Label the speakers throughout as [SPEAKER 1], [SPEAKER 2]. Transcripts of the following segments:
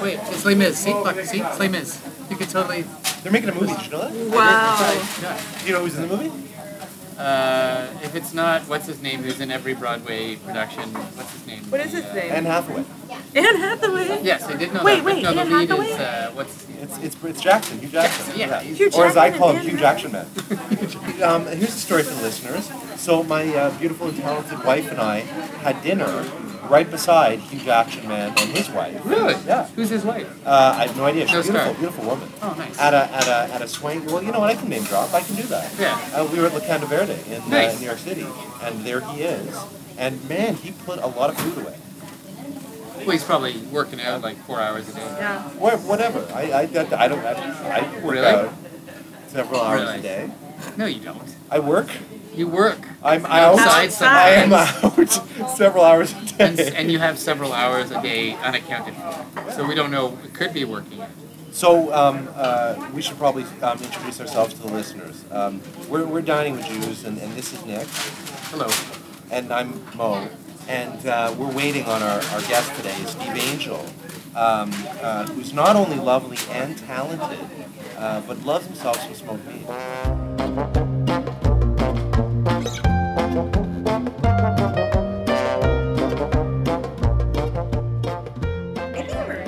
[SPEAKER 1] Wait, it's Les Mis. See, look, see, it's Les Mis. You could totally.
[SPEAKER 2] They're making a movie. Did you know that?
[SPEAKER 3] Wow.
[SPEAKER 1] Yeah.
[SPEAKER 2] Do you know who's in the movie?
[SPEAKER 1] Uh, if it's not what's his name, who's in every Broadway production? What's his name?
[SPEAKER 3] What is his
[SPEAKER 1] The, uh,
[SPEAKER 3] name?
[SPEAKER 2] Anne Hathaway.
[SPEAKER 3] Anne Hathaway.
[SPEAKER 1] Yes, I did know
[SPEAKER 3] Wait,
[SPEAKER 1] that.
[SPEAKER 3] wait,
[SPEAKER 1] but no,
[SPEAKER 3] Anne
[SPEAKER 1] the lead
[SPEAKER 3] Hathaway?
[SPEAKER 1] is uh, what's his name?
[SPEAKER 2] It's, it's it's Jackson, Hugh Jackson.
[SPEAKER 1] Jackson, yeah.
[SPEAKER 3] Hugh
[SPEAKER 2] or as I
[SPEAKER 3] Jackman
[SPEAKER 2] call
[SPEAKER 3] and
[SPEAKER 2] him, Hugh
[SPEAKER 3] Anne
[SPEAKER 2] Jackson Man. um, here's a story for the listeners. So my uh, beautiful and talented wife and I had dinner right beside Hugh Jackson Man and his wife.
[SPEAKER 1] Really?
[SPEAKER 2] Yeah.
[SPEAKER 1] Who's his wife?
[SPEAKER 2] Uh, I have no idea. She's
[SPEAKER 1] No scar.
[SPEAKER 2] a beautiful, beautiful woman.
[SPEAKER 1] Oh, nice.
[SPEAKER 2] At a at a at a swing. Well, you know what? I can name drop. I can do that.
[SPEAKER 1] Yeah.
[SPEAKER 2] Uh, we were at La Canda Verde in uh,
[SPEAKER 1] Nice.
[SPEAKER 2] New York City, and there he is. And man, he put a lot of food away.
[SPEAKER 1] Well, he's probably working out like four hours a day.
[SPEAKER 3] Yeah.
[SPEAKER 2] Wha- Whatever. I I, that, I don't. I, I work
[SPEAKER 1] Really?
[SPEAKER 2] out several hours a
[SPEAKER 1] Really?
[SPEAKER 2] day.
[SPEAKER 1] No, you don't.
[SPEAKER 2] I work.
[SPEAKER 1] You work.
[SPEAKER 2] I'm out.
[SPEAKER 1] outside
[SPEAKER 2] I am
[SPEAKER 1] sometimes,
[SPEAKER 2] out several hours a
[SPEAKER 1] and,
[SPEAKER 2] day.
[SPEAKER 1] and you have several hours a day unaccounted for. So we don't know. It could be working. out.
[SPEAKER 2] So um, uh, we should probably um, introduce ourselves to the listeners. Um, we're, we're dining with Jews, and, and this is Nick,
[SPEAKER 1] Hello.
[SPEAKER 2] and I'm Mo, and uh, we're waiting on our, our guest today, Steve Angel, um, uh, who's not only lovely and talented, uh, but loves himself some smoked meat.
[SPEAKER 4] I think we're-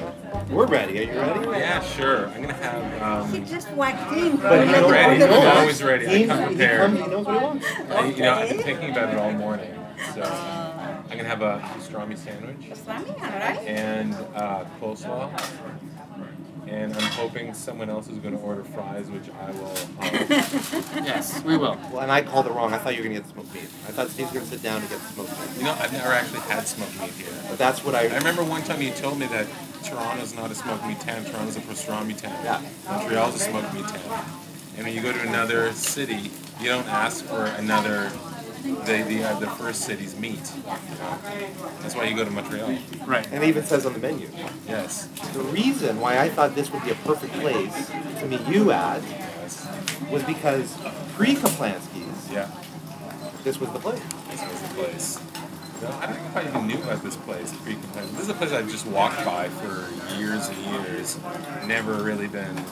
[SPEAKER 2] We're ready. Are you ready?
[SPEAKER 5] Yeah, sure. I'm gonna have.
[SPEAKER 4] He
[SPEAKER 5] Um,
[SPEAKER 4] just walked in.
[SPEAKER 2] But he
[SPEAKER 5] I'm
[SPEAKER 2] don't-
[SPEAKER 5] ready.
[SPEAKER 2] he don't-
[SPEAKER 5] I'm always ready.
[SPEAKER 2] He-
[SPEAKER 5] I come
[SPEAKER 2] he
[SPEAKER 5] prepared.
[SPEAKER 2] come- He knows what he wants.
[SPEAKER 5] I, you know, I've been thinking about it all morning. So I'm gonna have a pastrami sandwich
[SPEAKER 4] Islamic, all right?
[SPEAKER 5] and uh, coleslaw, and I'm hoping someone else is gonna order fries, which I will. Uh,
[SPEAKER 1] Yes, we will.
[SPEAKER 2] Well, and I called it wrong. I thought you were gonna get smoked meat. I thought Steve's gonna sit down and get smoked meat.
[SPEAKER 5] you know, I've never actually had smoked meat here.
[SPEAKER 2] But that's what I.
[SPEAKER 5] I remember one time you told me that Toronto's not a smoked meat town. Toronto's a pastrami town.
[SPEAKER 2] Yeah.
[SPEAKER 5] Montreal's a smoked meat town. And when you go to another city, you don't ask for another. They, the uh, the first city's meat. you know? That's why you go to Montreal.
[SPEAKER 1] Right.
[SPEAKER 2] And it even says on the menu.
[SPEAKER 5] Yes.
[SPEAKER 2] The reason why I thought this would be a perfect place to meet you at
[SPEAKER 5] Yes.
[SPEAKER 2] was because pre Kaplansky's,
[SPEAKER 5] Yeah.
[SPEAKER 2] this was the place.
[SPEAKER 5] This was the place. You know, I don't think I even knew about this place. pre This is a place I've just walked by for years and years, never really been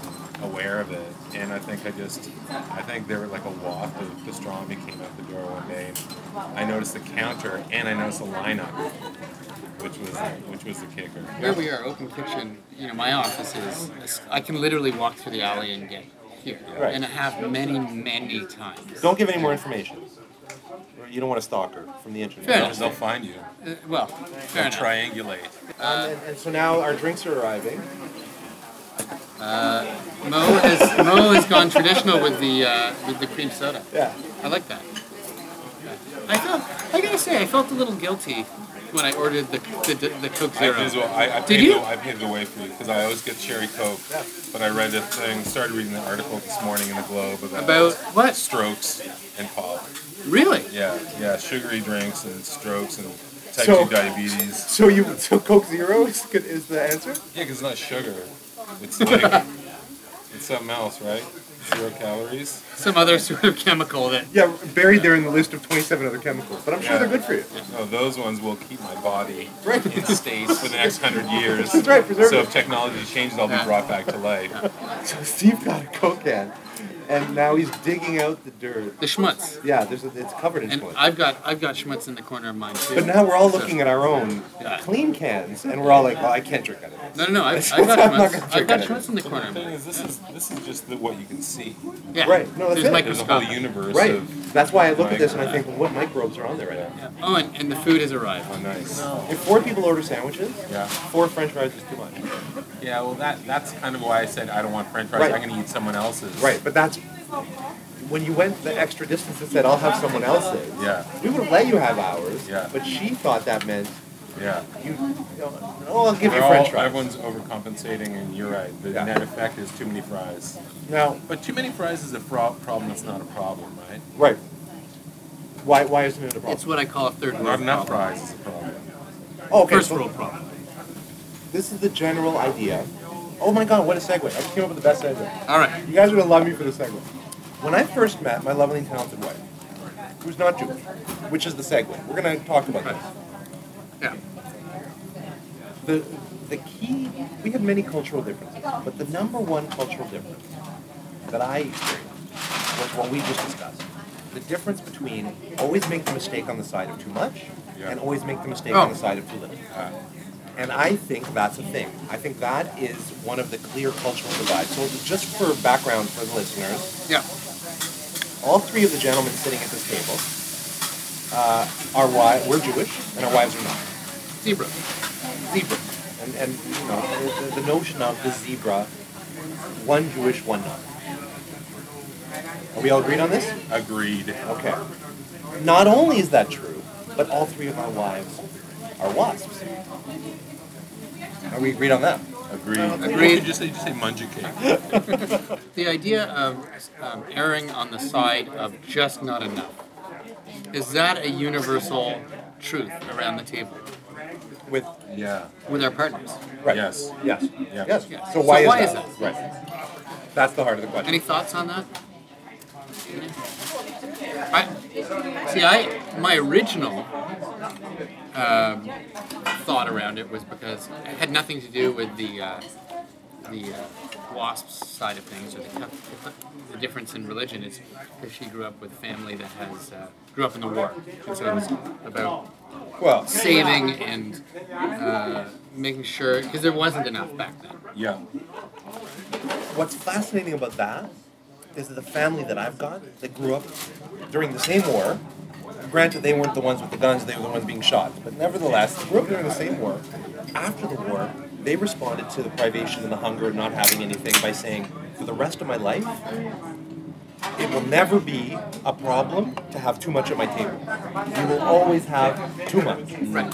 [SPEAKER 5] aware of it. And I think I just, I think there were like a waft of pastrami came out the door one day. And I noticed the counter and I noticed the lineup, which was which was the kicker.
[SPEAKER 1] Here we are, open kitchen. You know, my office is. I can literally walk through the alley and get here,
[SPEAKER 2] Right.
[SPEAKER 1] and I have many, many times.
[SPEAKER 2] Don't give any more information. You don't want a stalker from the internet.
[SPEAKER 1] Fair
[SPEAKER 5] Because They'll find you.
[SPEAKER 1] Uh, well,
[SPEAKER 5] They'll
[SPEAKER 1] fair enough.
[SPEAKER 5] triangulate.
[SPEAKER 2] Um, and, and so now our drinks are arriving.
[SPEAKER 1] Mo has Mo has gone traditional with the uh, with the cream soda.
[SPEAKER 2] Yeah.
[SPEAKER 1] I like that. I felt. I gotta say, I felt a little guilty when I ordered the the, the Coke
[SPEAKER 5] I
[SPEAKER 1] Zero.
[SPEAKER 5] did as well. I, I
[SPEAKER 1] Did
[SPEAKER 5] paid
[SPEAKER 1] you?
[SPEAKER 5] The, I paved the way for you because I always get cherry coke. But I read a thing, started reading the article this morning in the Globe about,
[SPEAKER 1] About what?
[SPEAKER 5] strokes and pop.
[SPEAKER 1] Really?
[SPEAKER 5] Yeah, yeah, sugary drinks and strokes and type
[SPEAKER 2] So-
[SPEAKER 5] two diabetes.
[SPEAKER 2] So you so Coke Zero is, good- is the answer?
[SPEAKER 5] Yeah, 'cause it's not sugar. It's like it's something else, right? Zero calories.
[SPEAKER 1] Some other sort of chemical that.
[SPEAKER 2] Yeah, buried there in the list of 27 other chemicals, but I'm
[SPEAKER 5] sure they're good
[SPEAKER 2] for you.
[SPEAKER 5] No, those ones will keep my body
[SPEAKER 2] Right.
[SPEAKER 5] in states for the next hundred years.
[SPEAKER 2] That's right, preserve
[SPEAKER 5] So
[SPEAKER 2] it.
[SPEAKER 5] if technology changes, I'll be brought back to life.
[SPEAKER 2] So Steve got a Coke can, and now he's digging out the dirt.
[SPEAKER 1] The schmutz.
[SPEAKER 2] Yeah, there's a, it's covered in
[SPEAKER 1] And
[SPEAKER 2] Coke.
[SPEAKER 1] I've got I've got schmutz in the corner of mine too.
[SPEAKER 2] But now we're all looking at our own
[SPEAKER 1] Yeah.
[SPEAKER 2] clean cans, and we're all like, "Well, I can't drink out of this."
[SPEAKER 1] No, no, no. I've, I've got
[SPEAKER 2] I'm not gonna
[SPEAKER 1] schmutz. I've
[SPEAKER 2] drink
[SPEAKER 1] got
[SPEAKER 2] out of
[SPEAKER 1] schmutz in the corner
[SPEAKER 5] The
[SPEAKER 1] of
[SPEAKER 5] thing
[SPEAKER 1] mine.
[SPEAKER 5] is, this is this is just the, what you can see.
[SPEAKER 1] Yeah.
[SPEAKER 2] Right, no, that's
[SPEAKER 1] There's
[SPEAKER 2] it.
[SPEAKER 5] There's a whole
[SPEAKER 1] microscopic.
[SPEAKER 5] universe
[SPEAKER 2] Right.
[SPEAKER 5] of.
[SPEAKER 2] That's why I look at this and I think, well, "What microbes are on there right now?"
[SPEAKER 5] Yeah.
[SPEAKER 1] Oh, and, and the food has arrived.
[SPEAKER 5] Oh, nice.
[SPEAKER 2] If four people order sandwiches,
[SPEAKER 5] Yeah.
[SPEAKER 2] four French fries is too much.
[SPEAKER 5] Yeah, well, that that's kind of why I said I don't want French fries.
[SPEAKER 2] Right.
[SPEAKER 5] I'm going to eat someone else's.
[SPEAKER 2] Right, but that's when you went the extra distance and said, "I'll have someone else's."
[SPEAKER 5] Yeah.
[SPEAKER 2] We would have let you have ours.
[SPEAKER 5] Yeah.
[SPEAKER 2] But she thought that meant
[SPEAKER 5] Yeah.
[SPEAKER 2] you. Oh, I'll give you
[SPEAKER 5] We're all-
[SPEAKER 2] French fries.
[SPEAKER 5] Everyone's overcompensating, and you're right. The
[SPEAKER 2] Yeah.
[SPEAKER 5] net effect is too many fries.
[SPEAKER 2] Now,
[SPEAKER 5] But too many fries is a fro- problem that's not a problem, right?
[SPEAKER 2] right. Why? Why isn't it a problem?
[SPEAKER 1] It's what I call a third
[SPEAKER 5] Not
[SPEAKER 1] world
[SPEAKER 5] enough
[SPEAKER 1] problem.
[SPEAKER 5] fries is a problem.
[SPEAKER 2] oh, okay.
[SPEAKER 1] First
[SPEAKER 2] so-
[SPEAKER 1] world problem.
[SPEAKER 2] This is the general idea. Oh my god, what a segue. I just came up with the best segue.
[SPEAKER 1] All right.
[SPEAKER 2] You guys are gonna love me for this segue. When I first met my lovely and talented wife, who's not Jewish, which is the segue, we're gonna talk about this.
[SPEAKER 1] Yeah.
[SPEAKER 2] The, the key, we have many cultural differences, but the number one cultural difference that I experienced was what we just discussed. The difference between always make the mistake on the side of too much
[SPEAKER 5] Yeah.
[SPEAKER 2] and always make the mistake on
[SPEAKER 1] Oh.
[SPEAKER 2] the side of too little. And I think that's a thing. I think that is one of the clear cultural divides. So just for background for the listeners,
[SPEAKER 1] Yeah.
[SPEAKER 2] all three of the gentlemen sitting at this table uh, are wi- we're Jewish and our wives are not.
[SPEAKER 1] Zebra. Zebra.
[SPEAKER 2] And, and you know, the, the notion of the zebra, one Jewish, one not. Are we all agreed on this?
[SPEAKER 5] Agreed.
[SPEAKER 2] Okay. Not only is that true, but all three of our wives are wasps. Are we agreed on that?
[SPEAKER 5] Agreed.
[SPEAKER 1] Agreed.
[SPEAKER 5] Did you say, did you say munja cake?
[SPEAKER 1] The idea of um, erring on the side of just not enough is that a universal truth around the table
[SPEAKER 2] With
[SPEAKER 5] Yeah.
[SPEAKER 1] with our partners?
[SPEAKER 2] right.
[SPEAKER 5] Yes.
[SPEAKER 2] Yes.
[SPEAKER 5] Yeah.
[SPEAKER 2] Yes.
[SPEAKER 1] Yeah.
[SPEAKER 2] So why,
[SPEAKER 1] So why
[SPEAKER 2] is,
[SPEAKER 1] is
[SPEAKER 2] that?
[SPEAKER 1] that?
[SPEAKER 2] Right. That's the heart of the question.
[SPEAKER 1] Any thoughts on that? I, see, I my original um, thought around it was because it had nothing to do with the uh, the uh, wasps side of things or the, co- the difference in religion. Is because she grew up with family that has uh, grew up in the war, and so it was about
[SPEAKER 2] well,
[SPEAKER 1] saving and uh, making sure because there wasn't enough back then.
[SPEAKER 5] Yeah.
[SPEAKER 2] What's fascinating about that is that the family that I've got that grew up during the same war, granted they weren't the ones with the guns, they were the ones being shot, but nevertheless, grew up during the same war. After the war, they responded to the privation and the hunger and not having anything by saying, for the rest of my life, it will never be a problem to have too much at my table. You will always have too much.
[SPEAKER 1] Right.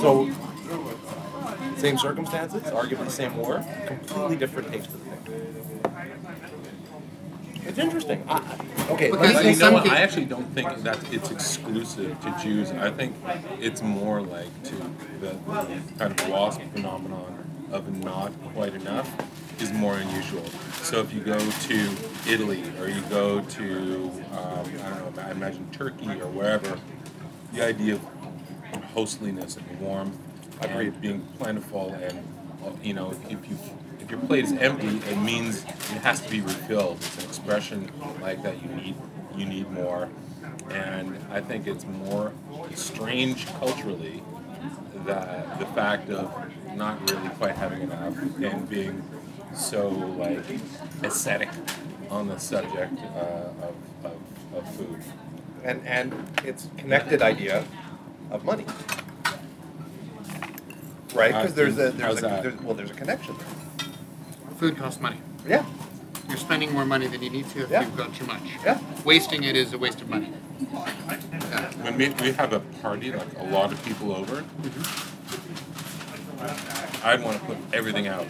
[SPEAKER 2] So, same circumstances, arguably same war, completely different takes to the thing. It's interesting. I, I- okay, let me
[SPEAKER 1] Because
[SPEAKER 5] But you
[SPEAKER 1] in
[SPEAKER 2] think-
[SPEAKER 5] know
[SPEAKER 1] some
[SPEAKER 5] what?
[SPEAKER 1] ca-
[SPEAKER 5] I actually don't think that it's exclusive to Jews. I think it's more like to the kind of wasp phenomenon of not quite enough is more unusual. So if you go to Italy or you go to um, I don't know, I imagine Turkey or wherever, the idea of hosteliness and warmth and being plentiful and uh, you know if you if your plate is empty it means it has to be refilled it's an expression like that you need you need more and i think it's more strange culturally that the fact of not really quite having enough and being so like ascetic on the subject uh, of, of, of food
[SPEAKER 2] and and it's connected idea of money, right? Because there's a
[SPEAKER 5] Uh, How's
[SPEAKER 2] there's a
[SPEAKER 5] that?
[SPEAKER 2] there's, well there's a connection. there.
[SPEAKER 1] Food costs money.
[SPEAKER 2] Yeah,
[SPEAKER 1] You're spending more money than you need to if
[SPEAKER 2] Yeah.
[SPEAKER 1] you've got too much.
[SPEAKER 2] yeah.
[SPEAKER 1] Wasting it is a waste of money.
[SPEAKER 5] When we, we have a party, like a lot of people over, I'd want to put everything out.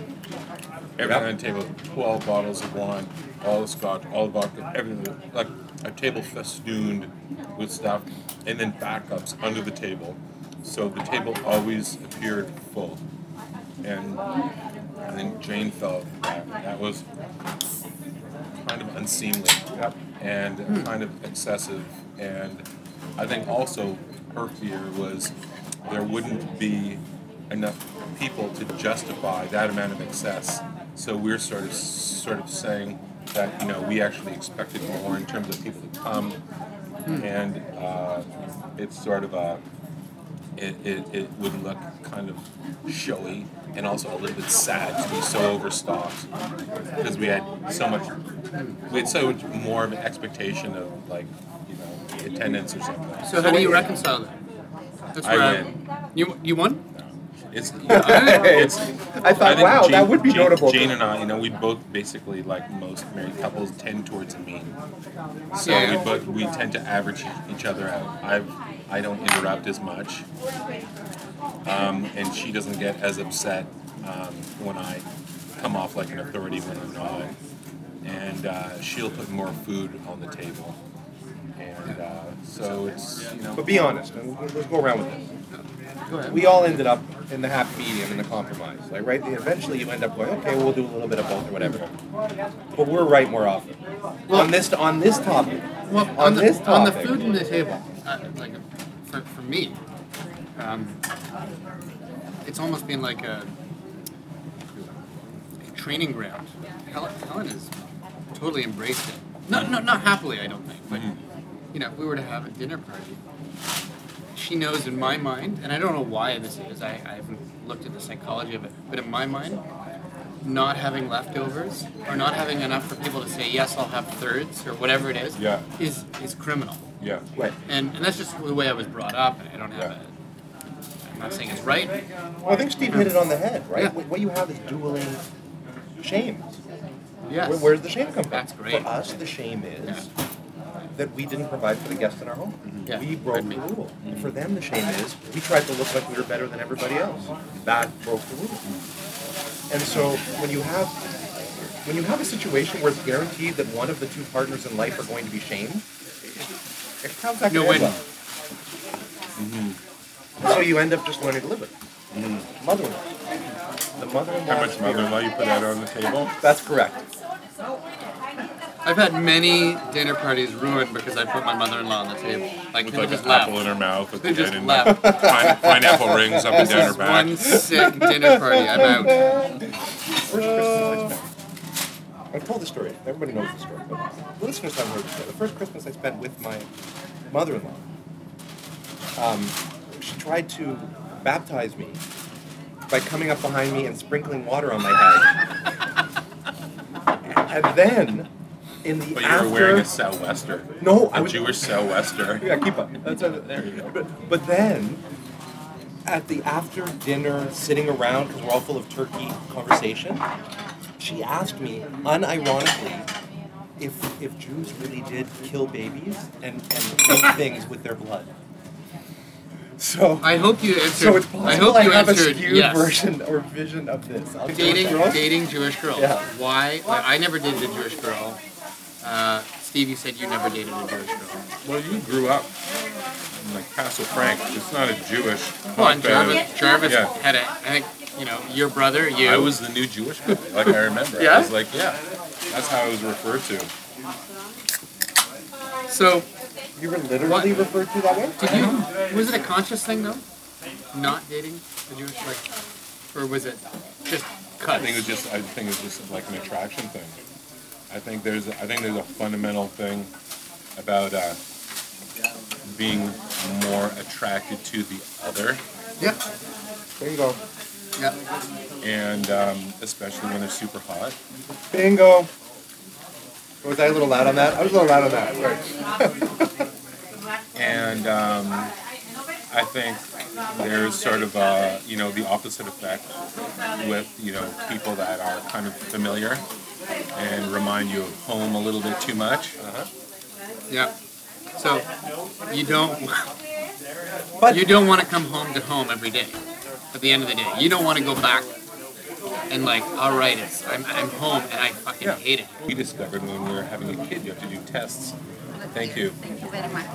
[SPEAKER 5] Everything
[SPEAKER 2] Yeah.
[SPEAKER 5] on the table, 12 bottles of wine, all the scotch, all the vodka, everything. Like a table festooned with stuff, and then backups under the table. So the table always appeared full. And I think Jane felt that that was kind of unseemly
[SPEAKER 2] Yep.
[SPEAKER 5] and kind of excessive. And I think also her fear was there wouldn't be enough people to justify that amount of excess. So we're sort of sort of saying that you know we actually expected more in terms of people to come, and uh, it's sort of a it, it, it would look kind of showy and also a little bit sad to be so overstocked because we had so much we had so much more of an expectation of like you know attendance or something
[SPEAKER 1] So how do you reconcile that? That's
[SPEAKER 5] I
[SPEAKER 1] where
[SPEAKER 5] win.
[SPEAKER 1] You you won?
[SPEAKER 5] it's, it's
[SPEAKER 2] I thought,
[SPEAKER 5] think
[SPEAKER 2] wow, that
[SPEAKER 5] Jane-
[SPEAKER 2] would be
[SPEAKER 5] Jane-
[SPEAKER 2] notable.
[SPEAKER 5] Jane and I, you know, we both basically, like most married couples, tend towards the mean. So
[SPEAKER 1] Yeah.
[SPEAKER 5] we both we tend to average each other out. I've I don't interrupt as much, um, and she doesn't get as upset um, when I come off like an authority when I'm not. And uh, she'll put more food on the table, and uh, so it's you know.
[SPEAKER 2] But be honest, and let's let's go around with this.
[SPEAKER 1] Go ahead.
[SPEAKER 2] we all ended up in the happy medium in the compromise. Like, right? Eventually, you end up going, okay, we'll do a little bit of both or whatever. But we're right more often on this on this topic.
[SPEAKER 1] Well, on,
[SPEAKER 2] on
[SPEAKER 1] the,
[SPEAKER 2] this
[SPEAKER 1] on the
[SPEAKER 2] topic-
[SPEAKER 1] food on the table, uh, like for, for me, um, it's almost been like a training ground. Hel- Helen has totally embraced it. No, no, not happily, I don't think. But
[SPEAKER 5] Mm.
[SPEAKER 1] you know, if we were to have a dinner party, she knows in my mind, and I don't know why this is. I, I haven't looked at the psychology of it, but in my mind, not having leftovers or not having enough for people to say yes, I'll have thirds or whatever it is,
[SPEAKER 5] Yeah.
[SPEAKER 1] is is criminal.
[SPEAKER 5] Yeah.
[SPEAKER 2] Right.
[SPEAKER 1] And, and that's just the way I was brought up, and I don't have
[SPEAKER 5] Yeah.
[SPEAKER 1] a. I'm not saying it's right.
[SPEAKER 2] Well, I think Steve hit it on the head, right?
[SPEAKER 1] Yeah.
[SPEAKER 2] What what you have is dueling shames.
[SPEAKER 1] Yes.
[SPEAKER 2] Where, where does the shame come from?
[SPEAKER 1] That's great.
[SPEAKER 2] For us, the shame is that we didn't provide for the guests in our home.
[SPEAKER 1] Mm-hmm. Yeah, mm-hmm.
[SPEAKER 2] We broke
[SPEAKER 1] could
[SPEAKER 2] the
[SPEAKER 1] be.
[SPEAKER 2] rule. And For them, the shame is we tried to look like we were better than everybody else. That broke the rule.
[SPEAKER 1] Mm-hmm.
[SPEAKER 2] And so when you have when you have a situation where it's guaranteed that one of the two partners in life are going to be shamed, it comes back
[SPEAKER 1] No
[SPEAKER 2] to Mm-hmm.
[SPEAKER 1] win.
[SPEAKER 2] So you end up just learning to live with it.
[SPEAKER 1] Mm-hmm.
[SPEAKER 2] Mother-in-law. The mother-in-law.
[SPEAKER 5] How much mother-in-law you put out on the table?
[SPEAKER 2] That's correct.
[SPEAKER 1] I've had many dinner parties ruined because I put my mother-in-law on the table. Like,
[SPEAKER 5] With
[SPEAKER 1] people
[SPEAKER 5] like an
[SPEAKER 1] just left.
[SPEAKER 5] apple in her mouth, with
[SPEAKER 1] They
[SPEAKER 5] the
[SPEAKER 1] just
[SPEAKER 5] head in
[SPEAKER 1] left.
[SPEAKER 5] like, pine- pineapple rings up and down her
[SPEAKER 1] Just
[SPEAKER 5] back.
[SPEAKER 1] one sick dinner party. I'm out.
[SPEAKER 2] Where's Christmas I spent? Uh, I've told the story. Everybody knows the story. But the listeners haven't heard the story. The first Christmas I spent with my mother-in-law, um, she tried to baptize me by coming up behind me and sprinkling water on my head. and then, in the
[SPEAKER 5] But you
[SPEAKER 2] after...
[SPEAKER 5] were wearing a sou'wester.
[SPEAKER 2] no,
[SPEAKER 5] A
[SPEAKER 2] I was...
[SPEAKER 5] Jewish sou'wester.
[SPEAKER 2] Yeah, keep up. That's what,
[SPEAKER 5] There you go.
[SPEAKER 2] But, but then, at the after dinner sitting around, because we're all full of turkey conversation, she asked me, unironically, if if Jews really did kill babies and, and kill things with their blood. So,
[SPEAKER 1] I hope you answered.
[SPEAKER 2] so it's
[SPEAKER 1] I
[SPEAKER 2] possible
[SPEAKER 1] hope
[SPEAKER 2] I,
[SPEAKER 1] you
[SPEAKER 2] have a
[SPEAKER 1] answered
[SPEAKER 2] skewed
[SPEAKER 1] yes.
[SPEAKER 2] version or vision of this. I'll tell you
[SPEAKER 1] Dating,
[SPEAKER 2] what.
[SPEAKER 1] dating Jewish girls.
[SPEAKER 2] Yeah.
[SPEAKER 1] Why? Like, I never dated a Jewish girl. Uh, Steve, you said you never dated a Jewish girl.
[SPEAKER 5] Well, you grew up in like Castle Frank. It's not a Jewish.
[SPEAKER 1] Come on,
[SPEAKER 5] hotbed.
[SPEAKER 1] Jarvis. Jarvis
[SPEAKER 5] Yeah.
[SPEAKER 1] had a. I think you know your brother. You.
[SPEAKER 5] I was the new Jewish guy. Like I remember.
[SPEAKER 1] Yeah?
[SPEAKER 5] I was like, yeah. That's how I was referred to.
[SPEAKER 1] so.
[SPEAKER 2] You were literally
[SPEAKER 1] What?
[SPEAKER 2] referred to that way?
[SPEAKER 1] Did you? Was it a conscious thing though? Not dating a Jewish like, or was it just
[SPEAKER 5] I
[SPEAKER 1] cut?
[SPEAKER 5] think it was just. I think it was just like an attraction thing. I think there's. I think there's a fundamental thing about uh, being more attracted to the other,
[SPEAKER 1] Yeah.
[SPEAKER 2] Bingo.
[SPEAKER 1] Yeah.
[SPEAKER 5] and um, especially when they're super hot.
[SPEAKER 2] Bingo. Was I a little loud on that? I was a little loud on that. Right.
[SPEAKER 5] and um, I think there's sort of a, you know the opposite effect with you know people that are kind of familiar and remind you of home a little bit too much.
[SPEAKER 1] Yeah. So you don't
[SPEAKER 2] But
[SPEAKER 1] you don't want to come home to home every day. At the end of the day, you don't want to go back and like, all right, it's I'm I'm home and I fucking
[SPEAKER 5] Yeah.
[SPEAKER 1] hate it.
[SPEAKER 5] We discovered when we were having a kid, you have to do tests. Thank you.
[SPEAKER 4] Thank you very much.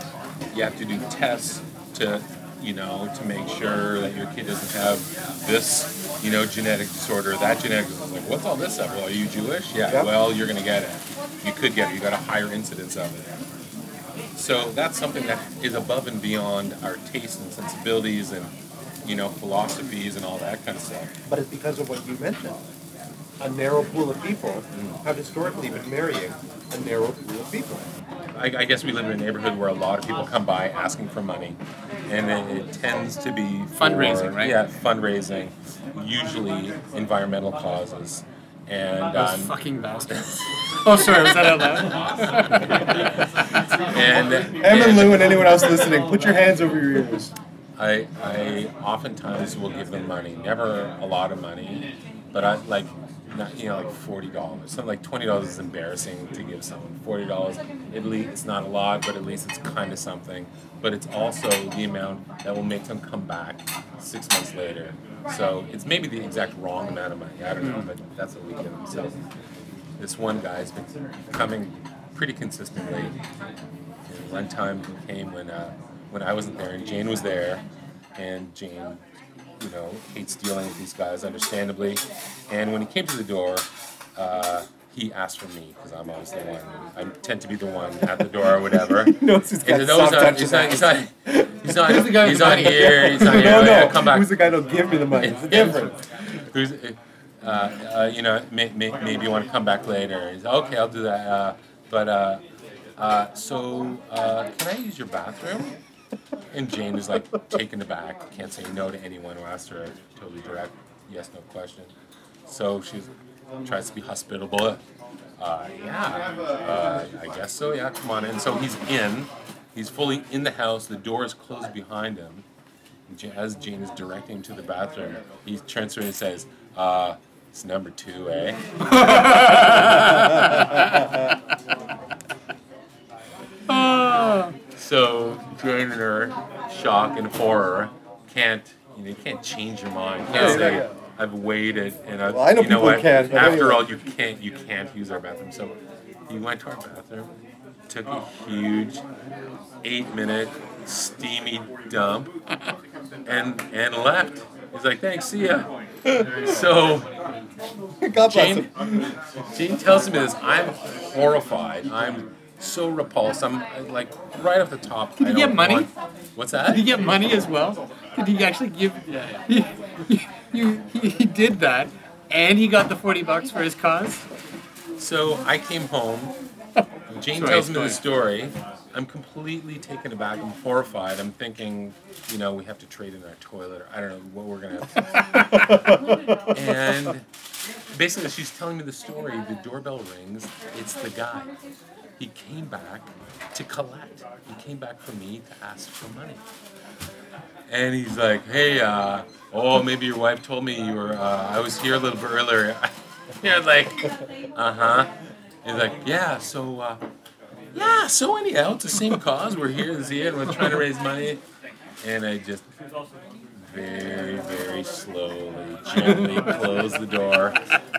[SPEAKER 5] You have to do tests to you know to make sure that your kid doesn't have this you know genetic disorder that genetic disorder. like what's all this stuff well are you jewish yeah,
[SPEAKER 2] Yeah.
[SPEAKER 5] well you're gonna get it you could get it you got a higher incidence of it so that's something that is above and beyond our tastes and sensibilities and you know philosophies and all that kind of stuff
[SPEAKER 2] but it's because of what you mentioned. A narrow pool of people have historically been marrying a narrow pool of people.
[SPEAKER 5] I, I guess we live in a neighborhood where a lot of people come by asking for money, and it, it tends to be for-
[SPEAKER 1] Fundraising, right?
[SPEAKER 5] Yeah, fundraising, usually environmental causes, and
[SPEAKER 1] Those
[SPEAKER 5] um,
[SPEAKER 1] fucking bastards. oh, sorry, was that out loud?
[SPEAKER 5] and,
[SPEAKER 2] Em and
[SPEAKER 5] and
[SPEAKER 2] Lou and anyone else listening, put your hands over your ears.
[SPEAKER 5] I I oftentimes will give them money, never a lot of money, but I like. Not, you know, like forty dollars. Something like twenty dollars is embarrassing to give someone. Forty dollars, at least it's not a lot, but at least it's kind of something. But it's also the amount that will make them come back six months later. So it's maybe the exact wrong amount of money. I don't know, but that's what we give them. So this one guy's been coming pretty consistently. And one time he came when uh, when I wasn't there and Jane was there, and Jane, you know, hates dealing with these guys, understandably. And when he came to the door, uh, he asked for me because I'm always the one. I tend to be the one at the door or whatever.
[SPEAKER 2] knows he's got
[SPEAKER 5] And those
[SPEAKER 2] soft
[SPEAKER 5] are-
[SPEAKER 2] touch
[SPEAKER 5] he's not. He's not. He's not.
[SPEAKER 1] Who's the guy with
[SPEAKER 5] He's
[SPEAKER 1] the
[SPEAKER 5] not
[SPEAKER 1] money?
[SPEAKER 5] here. He's not here.
[SPEAKER 2] no,
[SPEAKER 5] Yeah,
[SPEAKER 2] no,
[SPEAKER 5] Come back.
[SPEAKER 2] who's the guy that'll give me the money? It's different.
[SPEAKER 5] Who's uh, uh, uh, you know, may, may, maybe you want to come back later. He's, okay, I'll do that. Uh, but uh, uh, so, uh, can I use your bathroom? And Jane is like taken aback, can't say no to anyone who asked her a totally direct yes no question. So she tries to be hospitable. Uh, yeah, uh, I guess so. Yeah, come on in. So he's in, he's fully in the house. The door is closed behind him. Ja- As Jane is directing him to the bathroom, he turns to her and says, uh, "It's number two, eh?" So Jane and her shock and horror can't you know you can't change your mind. Can't
[SPEAKER 3] No.
[SPEAKER 5] say, I've waited and I've,
[SPEAKER 3] Well, I know
[SPEAKER 5] you know
[SPEAKER 3] people
[SPEAKER 5] what?
[SPEAKER 3] can, but
[SPEAKER 5] After
[SPEAKER 3] anyway.
[SPEAKER 5] all, you can't you can't use our bathroom. So he went to our bathroom, took a huge eight minute steamy dump, and and left. He's like, thanks, see ya. So
[SPEAKER 3] God bless
[SPEAKER 5] Jane,
[SPEAKER 3] him.
[SPEAKER 5] Jane tells me this. I'm horrified. I'm so repulsed. I'm uh, like right off the top. Did
[SPEAKER 1] he get money?
[SPEAKER 5] what's that?
[SPEAKER 1] Did he get money as well? Did he actually give? He, he, you, he, he did that, and he got the forty bucks for his cause.
[SPEAKER 5] So I came home. Jane
[SPEAKER 1] Sorry,
[SPEAKER 5] tells me the story. I'm completely taken aback. I'm horrified. I'm thinking, you know, we have to trade in our toilet. Or I don't know what we're gonna. Have to do. and basically, she's telling me the story. The doorbell rings. It's the guy. He came back to collect. He came back for me to ask for money. And he's like, "Hey, uh, oh, maybe your wife told me you were. Uh, I was here a little bit earlier." You're like, "Uh huh." He's like, "Yeah, so, uh, yeah, so anyhow, it's the same cause. We're here this year, and we're trying to raise money." And I just very, very slowly, gently close the door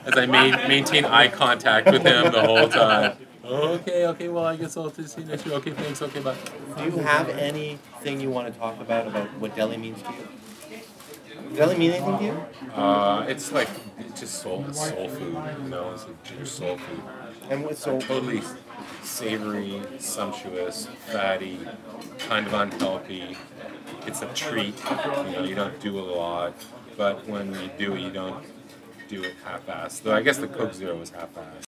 [SPEAKER 5] as I ma- maintain eye contact with him the whole time. Okay, okay, well, I guess I'll just see you next year. Okay, thanks. Okay, bye.
[SPEAKER 2] Do you have anything you want to talk about about what Delhi means to you? Delhi mean anything to you?
[SPEAKER 5] Uh, it's like it's just soul, it's soul food, you know. It's like ginger soul food.
[SPEAKER 2] And what
[SPEAKER 5] So
[SPEAKER 2] so
[SPEAKER 5] totally savory, sumptuous, fatty, kind of unhealthy. It's a treat. You know, you don't do a lot, but when you do it, you don't do it half-assed. Though I guess the Coke Zero was half-assed.